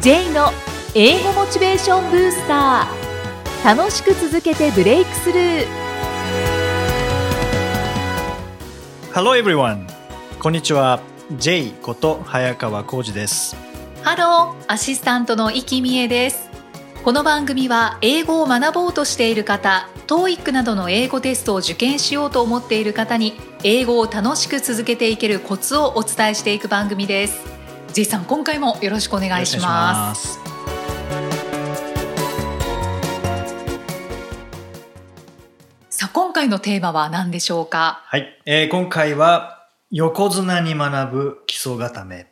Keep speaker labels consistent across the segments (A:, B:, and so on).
A: J の英語モチベーションブースター楽しく続けてブレイクスルー
B: Hello everyone! こんにちは。J こと早川浩二です。
A: ハローアシスタントの生きみえですこの番組は英語を学ぼうとしている方 TOEIC などの英語テストを受験しようと思っている方に英語を楽しく続けていけるコツをお伝えしていく番組です J さん今回もよろしくお願いします
B: す。
A: さあ今回のテーマは何でしょうか
B: はい、えー今回は横綱に学ぶ基礎固め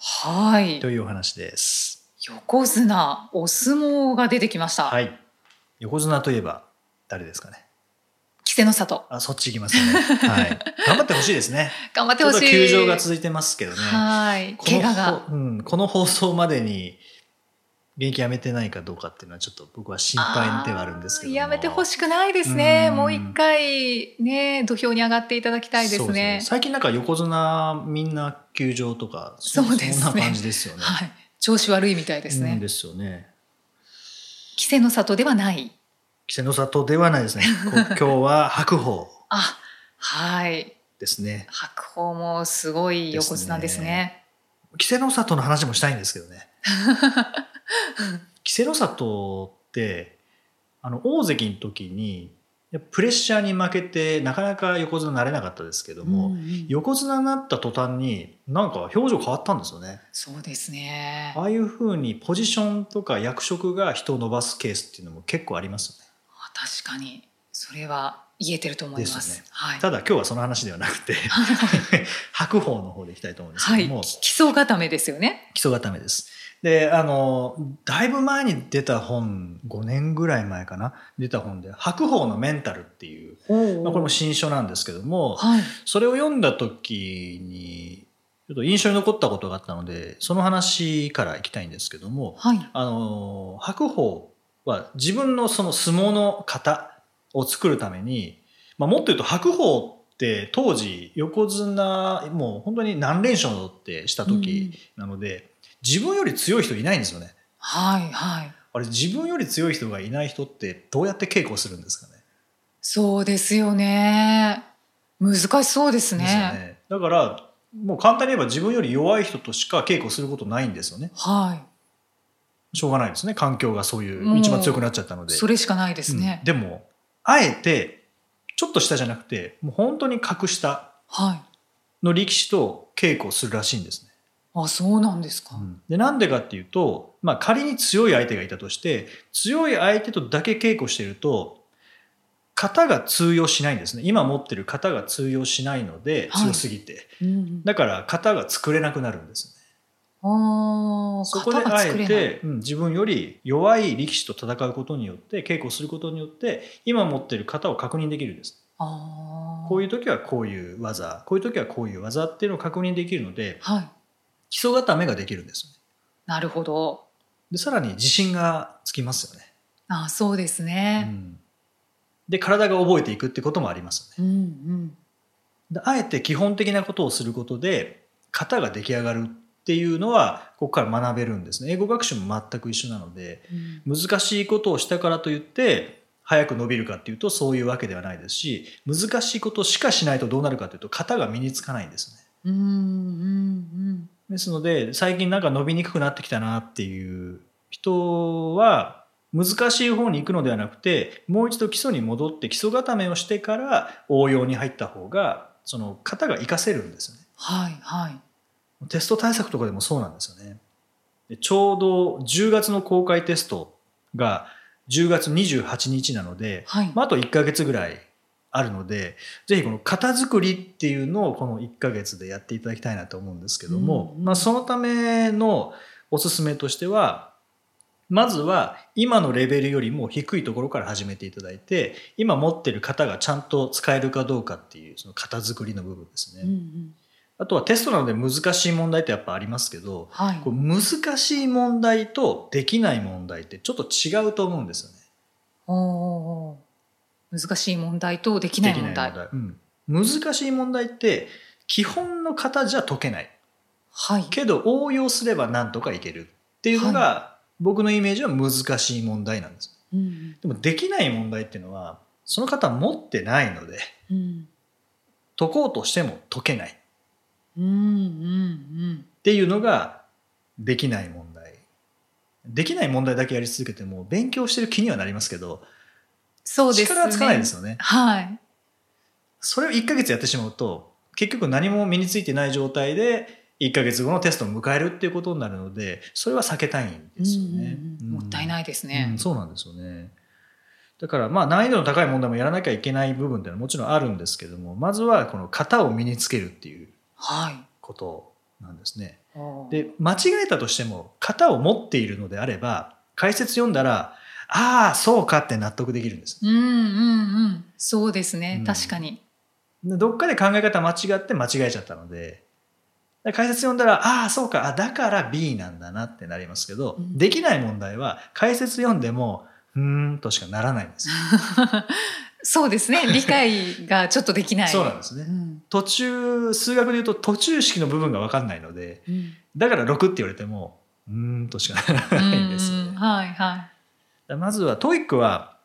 A: はい
B: というお話です。
A: 横綱お相撲が出てきました、
B: はい。横綱といえば誰ですかね。
A: 稀勢の里
B: あ、そっち行きます ね。はい。頑張ってほしいですね。
A: 頑張って
B: ちょ
A: ほ
B: っ
A: し
B: と
A: い
B: 休場が続いてますけどね。
A: はい
B: この
A: 怪我が
B: うん、この放送までに現役やめてないかどうかっていうのはちょっと僕は心配ではあるんですけども
A: やめてほしくないですね
B: うん
A: もう一回ね土俵に上がっていただきたいで
B: そう
A: すね
B: 最近なんか横綱みんな休場とかそ
A: そうですね
B: そんな感じですよね。
A: はい調子悪いみたいです
B: うん
A: ね
B: ですよね。
A: 稀勢の里ではない
B: 稀勢の里ではないですね。 こ今日は白鵬
A: あはい
B: ですね。
A: 白鵬もすごい横綱ですね
B: 稀勢の里の話もしたいんですけど ね。稀勢の里ってあの大関の時にプレッシャーに負けてなかなか横綱になれなかったですけども、
A: うんうん
B: 横綱になった途端になんか表情変わったんですよね。
A: そうですね
B: ああいうふうにポジションとか役職が人を伸ばすケースっていうのも結構ありますよね。
A: あ確かにそれは言えてると思いま
B: ですすよね
A: はい
B: ただ今日はその話ではなくて白鵬の方でいきたいと思うんです
A: は
B: け
A: い
B: ども、
A: 基礎固めですよね
B: 基礎固めです。であのだいぶ前に出た本5年ぐらい前かな出た本で「白鵬のメンタル」っていう、まあ、これも新書なんですけども、
A: はい
B: それを読んだ時にちょっと印象に残ったことがあったのでその話からいきたいんですけども、
A: はい
B: あの白鵬は自分のその相撲の型を作るために、まあ、もっと言うと白鵬って当時横綱もう本当に何連勝ってした時なので、自分より強い人いないんですよね
A: はいはい
B: あれ自分より強い人がいない人ってどうやって稽古するんですかね
A: そうですよね難しそうですね
B: ですよねだからもう簡単に言えば自分より弱い人としか稽古することないんですよね
A: は
B: しょうがないですね環境がそうい
A: も
B: う
A: う
B: 一番強くなっちゃった
A: い
B: ので
A: それしかないですね
B: うん、でもあえてちょっと下じゃなくてもう本当に格下
A: はい
B: の力士と稽古をするらしいんですね。
A: あそうなんですか、
B: でなんでかっていうと、まあ、仮に強い相手がいたとして強い相手とだけ稽古してると型が通用しないんですね今持ってる型が通用しないので
A: はい
B: 強すぎて、
A: うん
B: だから型が作れなくなるんですね
A: あー
B: そこで
A: 型が
B: あ
A: 作れ
B: え
A: ない
B: て、うん自分より弱い力士と戦うことによって稽古することによって今持ってる型を確認できるんです
A: あー
B: こういう時はこういう技、こういう時はこういう技っていうのを確認できるので、
A: はい
B: 基礎固めができるんですよね。
A: なるほど
B: で、さらに自信がつきますよね。
A: あそうです
B: う
A: ね、
B: ん、で、体が覚えていくってこともありますよね。
A: うん、うん
B: であえて基本的なことをすることで、型が出来上がるっていうのは、ここから学べるんですね。英語学習も全く一緒なので、
A: うん
B: 難しいことをしたからといって、早く伸びるかっていうとそういうわけではないですし、難しいことしかしないとどうなるかというと、型が身につかないんですね。
A: うんうん
B: ですので最近なんか伸びにくくなってきたなっていう人は難しい方に行くのではなくてもう一度基礎に戻って基礎固めをしてから応用に入った方がその型が活かせるんですよね。
A: はいはい
B: テスト対策とかでもそうなんですよね。でちょうど10月の公開テストが10月28日なので、
A: はい、
B: まあ、あと1ヶ月ぐらいあるのでぜひこの型作りっていうのをこの1ヶ月でやっていただきたいなと思うんですけども、
A: うんうん
B: まあ、そのためのおすすめとしてはまずは今のレベルよりも低いところから始めていただいて今持ってる型がちゃんと使えるかどうかっていうその型作りの部分ですね、
A: うんうん
B: あとはテストなので難しい問題ってやっぱありますけど
A: はい
B: こう難しい問題とできない問題ってちょっと違うと思うんですよね
A: おーおー難しい問題とできない問題
B: できない問題うん難しい問題って基本の型じゃ解けない
A: はい
B: けど応用すればなんとかいけるっっていうのが、僕のイメージは難しい問題なんです。
A: うん
B: でもできない問題っていうのは、その方は持ってないので、
A: うん
B: 解こうとしても解けないっ
A: うんうん
B: ていうのができない問題。できない問題だけやり続けても勉強してる気にはなりますけど、
A: そうですね
B: 力はつかないですよね。
A: はい
B: それを1ヶ月やってしまうと、結局何も身についてない状態で、1ヶ月後のテストを迎えるっていうことになるので、それは避けたいんですよね。
A: うんうんうんもったい
B: い
A: ないですね、
B: そうなんですよね。だから、まあ、難易度の高い問題もやらなきゃいけない部分っていうのはもちろんあるんですけども、まずはこの型を身につけるっていう
A: はい
B: ことなんですね。
A: おー
B: で、間違えたとしても、型を持っているのであれば、解説読んだら、ああ、そうかって納得できるんです。
A: うんうんうんそうですね、
B: うん
A: 確かに
B: でどっかで考え方間違って間違えちゃったので、だから解説読んだら、ああ、そうか、あだから B なんだなってなりますけど、
A: うん
B: できない問題は解説読んでも、うーんとしかならないんですよ。
A: そうです ね理解がちょっとできない
B: そうなんです
A: う
B: ね。
A: ん
B: 途中、数学で言うと途中式の部分がわかんないので、
A: うん
B: だから6って言われても、うーんとしかならないんですよね。
A: うんはいは
B: まずは TOEIC は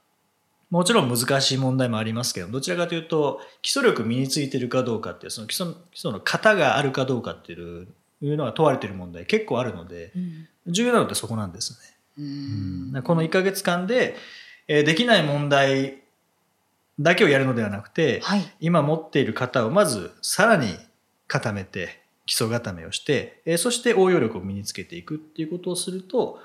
B: もちろん難しい問題もありますけどどちらかというと基礎力身についてるかどうかっていうその基礎基礎の型があるかどうかっていういうのが問われている問題結構あるので
A: い、うん
B: 重要なのってそこなんです
A: う
B: ね。
A: ん
B: だからこの1ヶ月間で、えーできない問題だけをやるのではなくて、
A: はい
B: 今持っている型をまずさらに固めて基礎固めをして、えーそして応用力を身につけていくっていうことをすると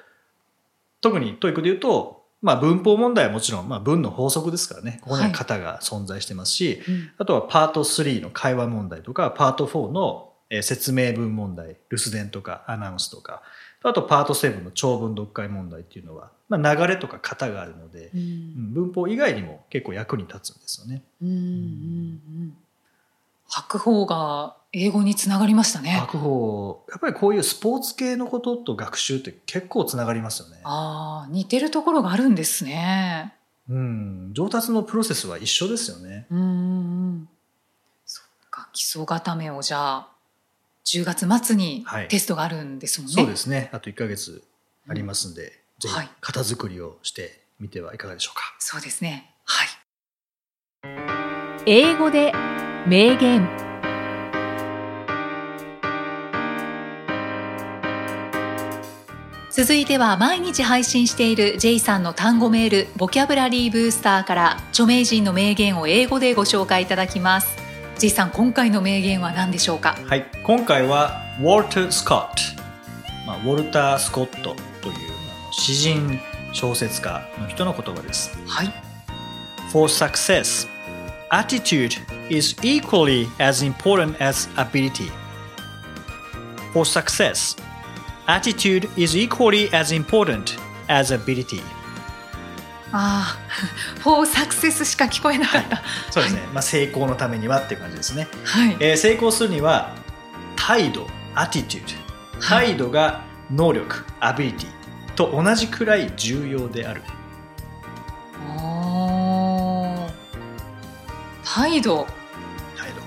B: 特にトイックで言うと、まあ、文法問題はもちろん、まあ、文の法則ですからねここには型が存在してますし、
A: うん
B: あとはパート3の会話問題とかパート4のえー説明文問題留守電とかアナウンスとかあとパート7の長文読解問題っていうのは、まあ、流れとか型があるので、
A: う
B: うんん文法以外にも結構役に立つんですよね。
A: うんうんうん白鵬が英語につながりましたね。
B: 白鵬やっぱりこういうスポーツ系のことと学習って結構つながりますよね、
A: ああ、似てるところがあるんですね。
B: うん、上達のプロセスは一緒ですよね
A: うんうんうん。そっか、基礎固めをじゃあ10月末に
B: はい
A: テストがあるんですもんね。
B: そうですねあと1ヶ月ありますんで、ぜ
A: は
B: ひ
A: い
B: 型作りをしてみてはいかがでしょうか、
A: そうですね。はい。
C: 英語で名言
A: 続いては毎日配信している J さんの単語メールボキャブラリーブースターから著名人の名言を英語でご紹介いただきます J さん今回の名言は何でしょうか
B: はい、今回はウォルター・スコット、まあ、ウォルター・スコットというあの詩人小説家の人の言葉です
A: はい
B: For success, attitude is equally as important as ability. For success, attitude is equally as important as ability.
A: ああ、フォーサクセスしか聞こえなかった
B: そうですね、まあ、成功のためにはっていう感じですね、
A: はい、
B: えー成功するには態度 attitude 態度が能力 ability と同じくらい重要である
A: おー態度
B: 態度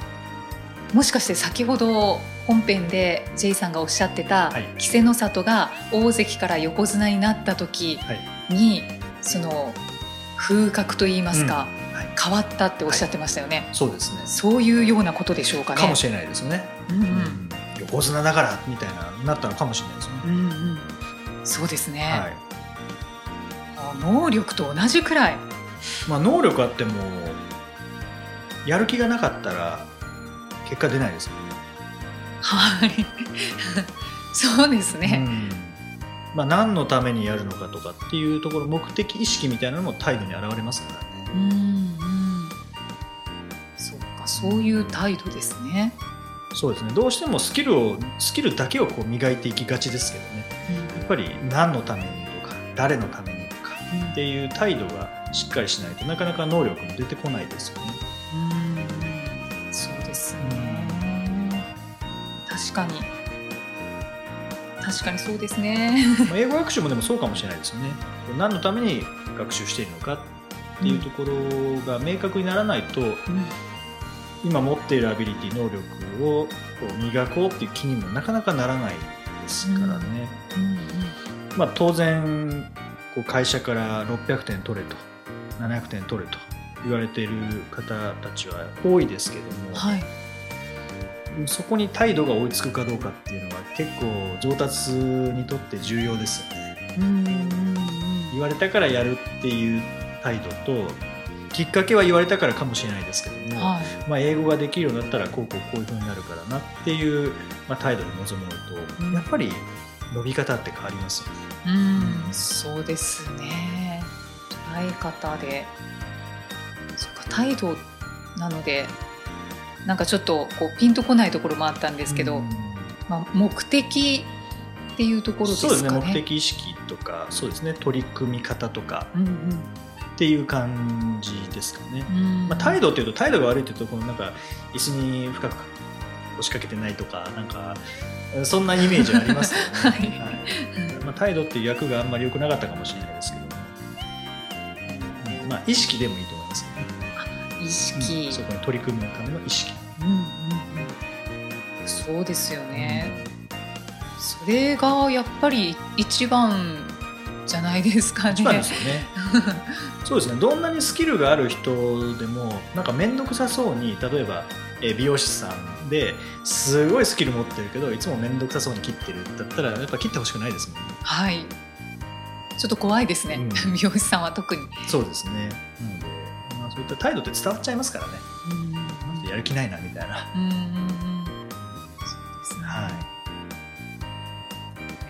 A: もしかして先ほど本編で J さんがおっしゃってた
B: はい
A: 稀勢の里が大関から横綱になった時に、その風格といいますか、
B: んはい
A: 変わったっておっしゃってましたよね、
B: そうですね
A: そういうようなことでしょうかね
B: かもしれないですね、
A: うんう
B: うんん横綱だからみたいななったのかもしれないですね、
A: うんうんそうですね、
B: はい
A: あ能力と同じくらい
B: まあ、能力あってもやる気がなかったら結果出ないですよ
A: はいそうですね、
B: うんまあ、何のためにやるのかとかっていうところ目的意識みたいなのも態度に表れますからね、
A: うんうんそうかそういう態度ですね、
B: そうですねどうしてもスキルをスキルだけをこう磨いていきがちですけどねやっぱり何のためにとか誰のためにとか
A: うん
B: っていう態度がしっかりしないとなかなか能力も出てこないですよね
A: うんそうですね確かに確かにそうですね
B: まあ英語学習もでもそうかもしれないですよね何のために学習しているのかっていうところが明確にならないと、今持っているアビリティ能力をこう磨こうっていう気にもなかなかならないですからね、
A: うんうん
B: まあ、当然こう会社から600点取れと700点取れと言われている方たちは多いですけども、
A: はい
B: そこに態度が追いつくかどうかっていうのは結構上達にとって重要ですよね
A: うんうん
B: 言われたからやるっていう態度ときっかけは言われたからかもしれないですけど
A: うん
B: も、
A: はい
B: まあ、英語ができるようになったらこうこうこういうふうになるからなっていう、まあ、態度に臨むのと、
A: うん
B: やっぱり伸び方って変わりますよね。
A: うんそうですね捉え方でそっか態度なのでなんかちょっとこうピンとこないところもあったんですけど、
B: うん
A: まあ、目的っていうところです
B: そ
A: かね。
B: うですね目的意識とかそうですね取り組み方とか
A: うん
B: っていう感じですかね。
A: うんうん
B: まあ、態度っていうと態度が悪いっていうとこのなんか椅子に深く押しかけてないとかなんかそんなイメージありますよね。
A: はい
B: はいまあ、態度っていう役があんまり良くなかったかもしれないですけど、うんまあ、意識でもいいと思います、ね。
A: 意識、
B: そこに取り組むための意識。
A: うんうんうんそうですよね。それがやっぱり一番じゃないですかね。
B: 一番ですよね。 そうですね。どんなにスキルがある人でもなんか面倒くさそうに例えばえー美容師さんですごいスキル持ってるけどいつも面倒くさそうに切ってるだったらやっぱ切ってほしくないですもんね。
A: はい。ちょっと怖いですね。
B: うん
A: 美容師さんは特に。
B: そうですね。なので、まあ、そういった態度って伝わっちゃいますからね。
A: うん
B: やる気ないなみたいな。
A: うんうんうんそうですね。
B: はい。
A: あり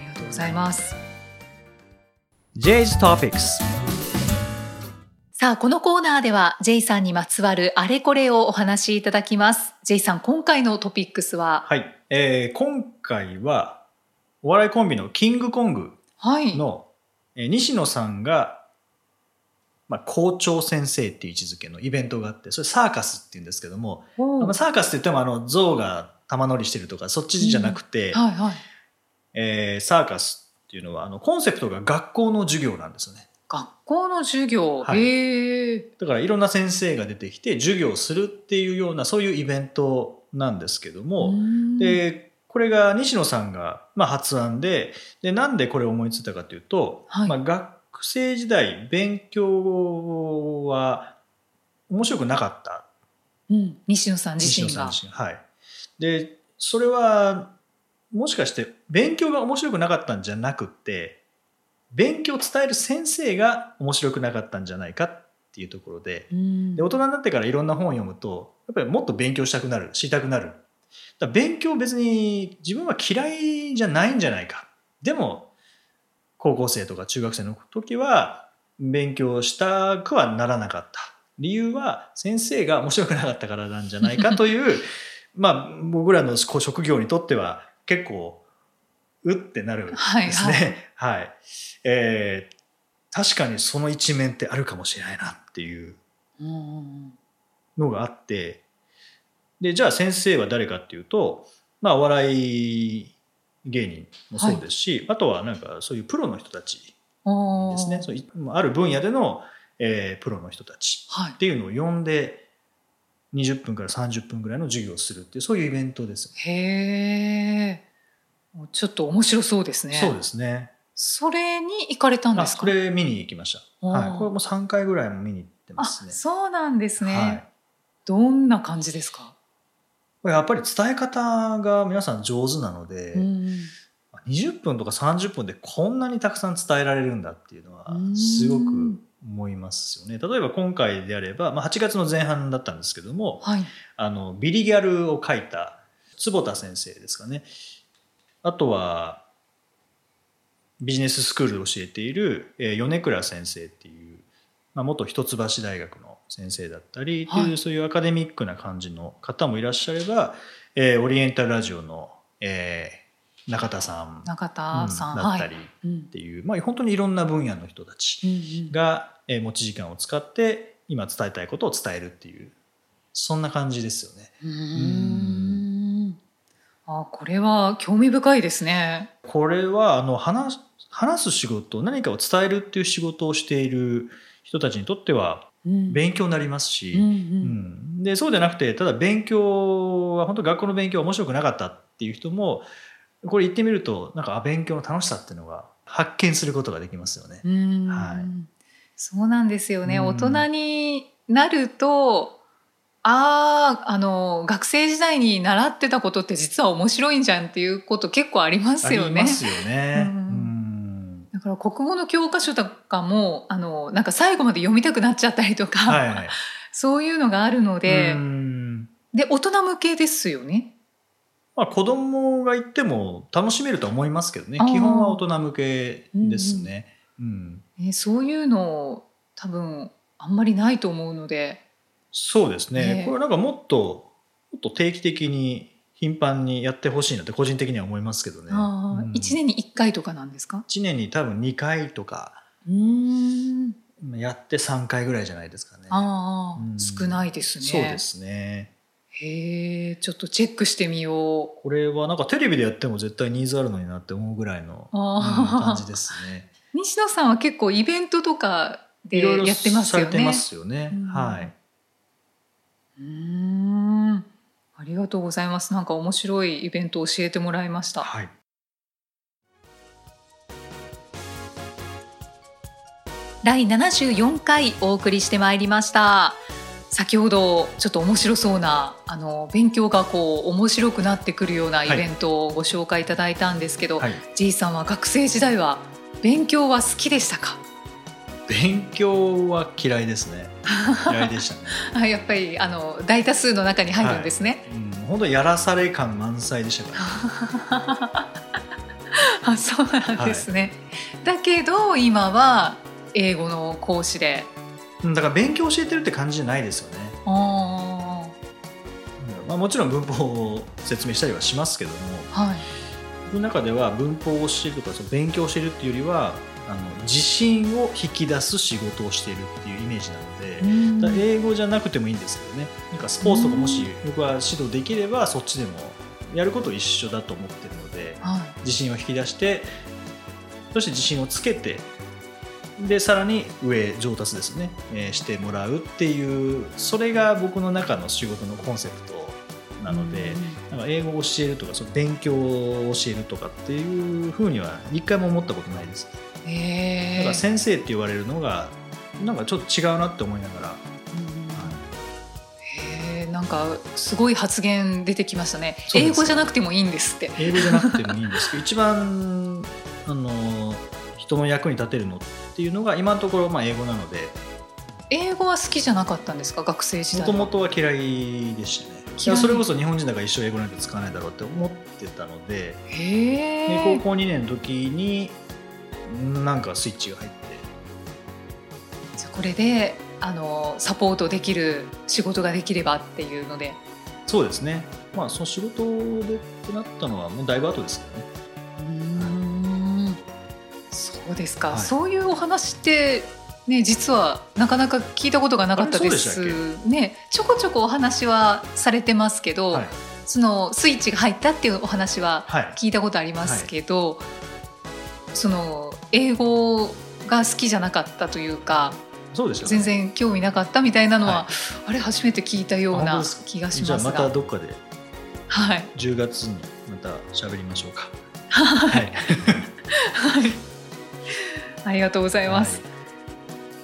A: がとうございます。
B: J's Topics
A: さあ、このコーナーでは J さんにまつわるあれこれをお話しいただきます。J さん、今回のトピックスは、
B: はい、えー今回はお笑いコンビのキングコング
A: はい。
B: の、えー西野さんが、まあ、校長先生っていう位置づけのイベントがあってそれサーカスっていうんですけども、
A: おー
B: まあ、サーカスって言ってもあの象が玉乗りしてるとかそっちじゃなくて、
A: はいはい。
B: えーサーカスっていうのはあのコンセプトが学校の授業なんですよね
A: 学校の授業、
B: はい
A: へえ。
B: だからいろんな先生が出てきて授業をするっていうようなそういうイベントなんですけども、
A: うん
B: でこれが西野さんが、まあ、発案ででなんでこれを思いついたかというと、
A: はい
B: まあ、学生時代勉強は面白くなかった
A: うん、西野さん自
B: 西野
A: 身
B: さん
A: が。
B: 自身がはい。でそれはもしかして勉強が面白くなかったんじゃなくって勉強を伝える先生が面白くなかったんじゃないかっていうところで
A: うん
B: で大人になってからいろんな本を読むとやっぱりもっと勉強したくなる知りたくなるだから勉強別に自分は嫌いじゃないんじゃないかでも高校生とか中学生の時は勉強したくはならなかった理由は先生が面白くなかったからなんじゃないかという まあ僕らのこう職業にとっては結構うってなるん
A: はい
B: です
A: はい。
B: ね。はい、えー確かにその一面ってあるかもしれないなっていう
A: うんうん
B: のがあってでじゃあ先生は誰かっていうと、まあ、お笑い芸人もそうですし、あとはなんかそういうプロの人たち
A: うんおー
B: ですねそういある分野での、えープロの人たち
A: はい
B: っ。ていうのを呼んで20分から30分ぐらいの授業をするっていうそういうイベントです
A: へえ。ちょっと面白そうですね。
B: そうですね
A: それに行かれたんで
B: あ
A: すか。
B: これ見に行きました、
A: おー
B: はい、これも3回ぐらいも見に行ってますね
A: あ、そうなんですね。
B: はい
A: どんな感じですか。
B: これやっぱり伝え方が皆さん上手なので、
A: うん
B: 20分とか30分でこんなにたくさん伝えられるんだっていうのは
A: うん
B: すごく思いますよね。例えば今回であれば、まあ、8月の前半だったんですけども
A: はい。
B: あのビリギャルを書いた坪田先生ですかねあとはビジネススクールで教えているえー米倉先生っていう、まあ、元一橋大学の先生だったりという、
A: はい
B: そういうアカデミックな感じの方もいらっしゃれば、えーオリエンタルラジオの、えー中田さん
A: 中田さん、
B: うんだ
A: は
B: った
A: い。
B: りっ
A: うん
B: ていう、まあ、本当にいろんな分野の人たち
A: うん
B: が、えー持ち時間を使って今伝えたいことを伝えるっていうそんな感じですよね。
A: うんうんあ、これは興味深いですね。
B: これはあの話話す仕事何かを伝えるっていう仕事をしている人たちにとっては
A: うん
B: 勉強になります
A: うんう
B: し、うん
A: ん
B: でそうじゃなくてただ勉強は本当学校の勉強は面白くなかったっていう人もこれ言ってみるとなんかあ勉強の楽しさっていうのが発見することができますよね。
A: うん
B: はい
A: そうなんですよね。
B: うん
A: 大人になると、ああ、あの、学生時代に習ってたことって実は面白いんじゃんっていうこと結構ありますよ
B: あり
A: ね
B: ま。すよね。
A: う
B: うんん
A: だから国語の教科書とかも、あの、なんか最後まで読みたくなっちゃったりとか、
B: はいはい。
A: そういうのがあるので、
B: うん
A: で、大人向けですよね。
B: まあ、子供が行っても楽しめるとは思いますけどね
A: あー
B: 基本は大人向けですね。うん
A: ねそういうの多分あんまりないと思うので、
B: そうですね
A: ね
B: これなんかもっともっと定期的に頻繁にやってほしいなって個人的には思いますけどね。
A: ああ
B: うん
A: 1年に1回とかなんですか
B: 一年に多分2回とか
A: うん
B: やって3回ぐらいじゃないですかね。
A: ああ、
B: うん
A: 少ないですね。
B: そうで。すね。
A: へえ、ちょっとチェックしてみよ
B: これはなんかテレビでやっても絶対ニーズあるのになって思うぐらいの、
A: あー
B: うん感じですね。
A: う。 西野さんは結構イベントとかで
B: いろいろ
A: やってます
B: さ
A: よ
B: れ
A: ね。
B: てますよね。
A: うん
B: はい。
A: うーん。ありがとうございます。なんか面白いイベントを教えてもらいました。
B: はい。
A: 第74回お送りしてまいりました先ほどちょっと面白そうなあの勉強がこう面白くなってくるようなイベントをご紹介いただいたんですけど、
B: はい。
A: じいさんは学生時代は勉強は好きでしたか
B: 勉強は嫌いです ね。嫌いでしたね。
A: あやっぱりあの大多数の中に入るんですね、
B: うん、本当やらされ感満載でしたから、
A: あそうなんですね、だけど今は英語の講師で
B: うんだから勉強教えてるって感じじゃないですよね。
A: あ
B: うんまあ、もちろん文法を説明したりはしますけども、
A: ーはい
B: 僕の中では文法を教えるとかその勉強を教えるっていうよりはあの自信を引き出す仕事をしているっていうイメージなので。だから英語じゃなくてもいいんですけどねなんかスポーツとかもし僕は指導できればそっちでもやること一緒だと思ってるので
A: はい
B: 自信を引き出してそして自信をつけてでさらに上上達ですね、えーしてもらうっていうそれが僕の中の仕事のコンセプトなので、なんか英語を教えるとかその勉強を教えるとかっていうふうには一回も思ったことないです。
A: うんへー
B: だから先生って言われるのがなんかちょっと違うなって思いながら
A: へえなんかすごい発言出てきましたね
B: そうですか
A: 英語じゃなくてもいいんですって
B: 英語じゃなくてもいいんですけど一番あの人の役に立てるのっていうのが今のところまあ英語なので
A: 英語は好きじゃなかったんですか学生時
B: も
A: 代
B: ともとは嫌いでしたねい
A: 嫌い
B: やそれこそ日本人だから一生英語なんて使わないだろうって思ってたのでで
A: へ
B: 高
A: え
B: 校2年の時になんかスイッチが入って
A: じゃあこれであのサポートできる仕事ができればっていうので
B: そうですねまあその仕事でってなったのはもうだいぶ後ですけどね
A: うーんそうですか、
B: はい
A: そういうお話ってね実はなかなか聞いたことがなかったで
B: あれそう
A: すねちょこちょこお話はされてますけど、
B: はい、
A: そのスイッチが入ったっていうお話は
B: はい、
A: 聞いたことありますけど、その英語が好きじゃなかったというか
B: そうですよ、ね、
A: 全然興味なかったみたいなのは、
B: は
A: あれ初めて聞いたよう
B: あ本
A: な
B: 当ですか
A: 気がし
B: じゃ
A: ま
B: あ
A: す
B: ま
A: が
B: たどっかで
A: はい、
B: 10月にまた喋りましょう かはい
A: ありがとうございます。
B: は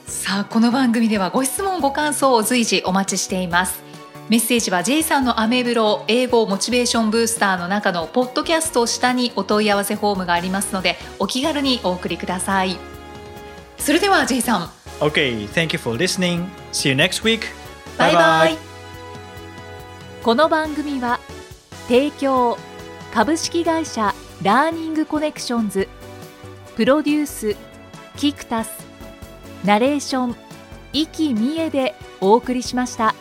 A: さあこの番組ではご質問ご感想を随時お待ちしていますメッセージは J さんのアメブロ英語モチベーションブースターの中のポッドキャストを下にお問い合わせフォームがありますのでお気軽にお送りくださいそれでは J さん
B: Okay, thank you for listening. See you next week.
A: バイバイ
C: この番組は提供株式会社ラーニングコネクションズプロデュースキクタスナレーション生きみえでお送りしました。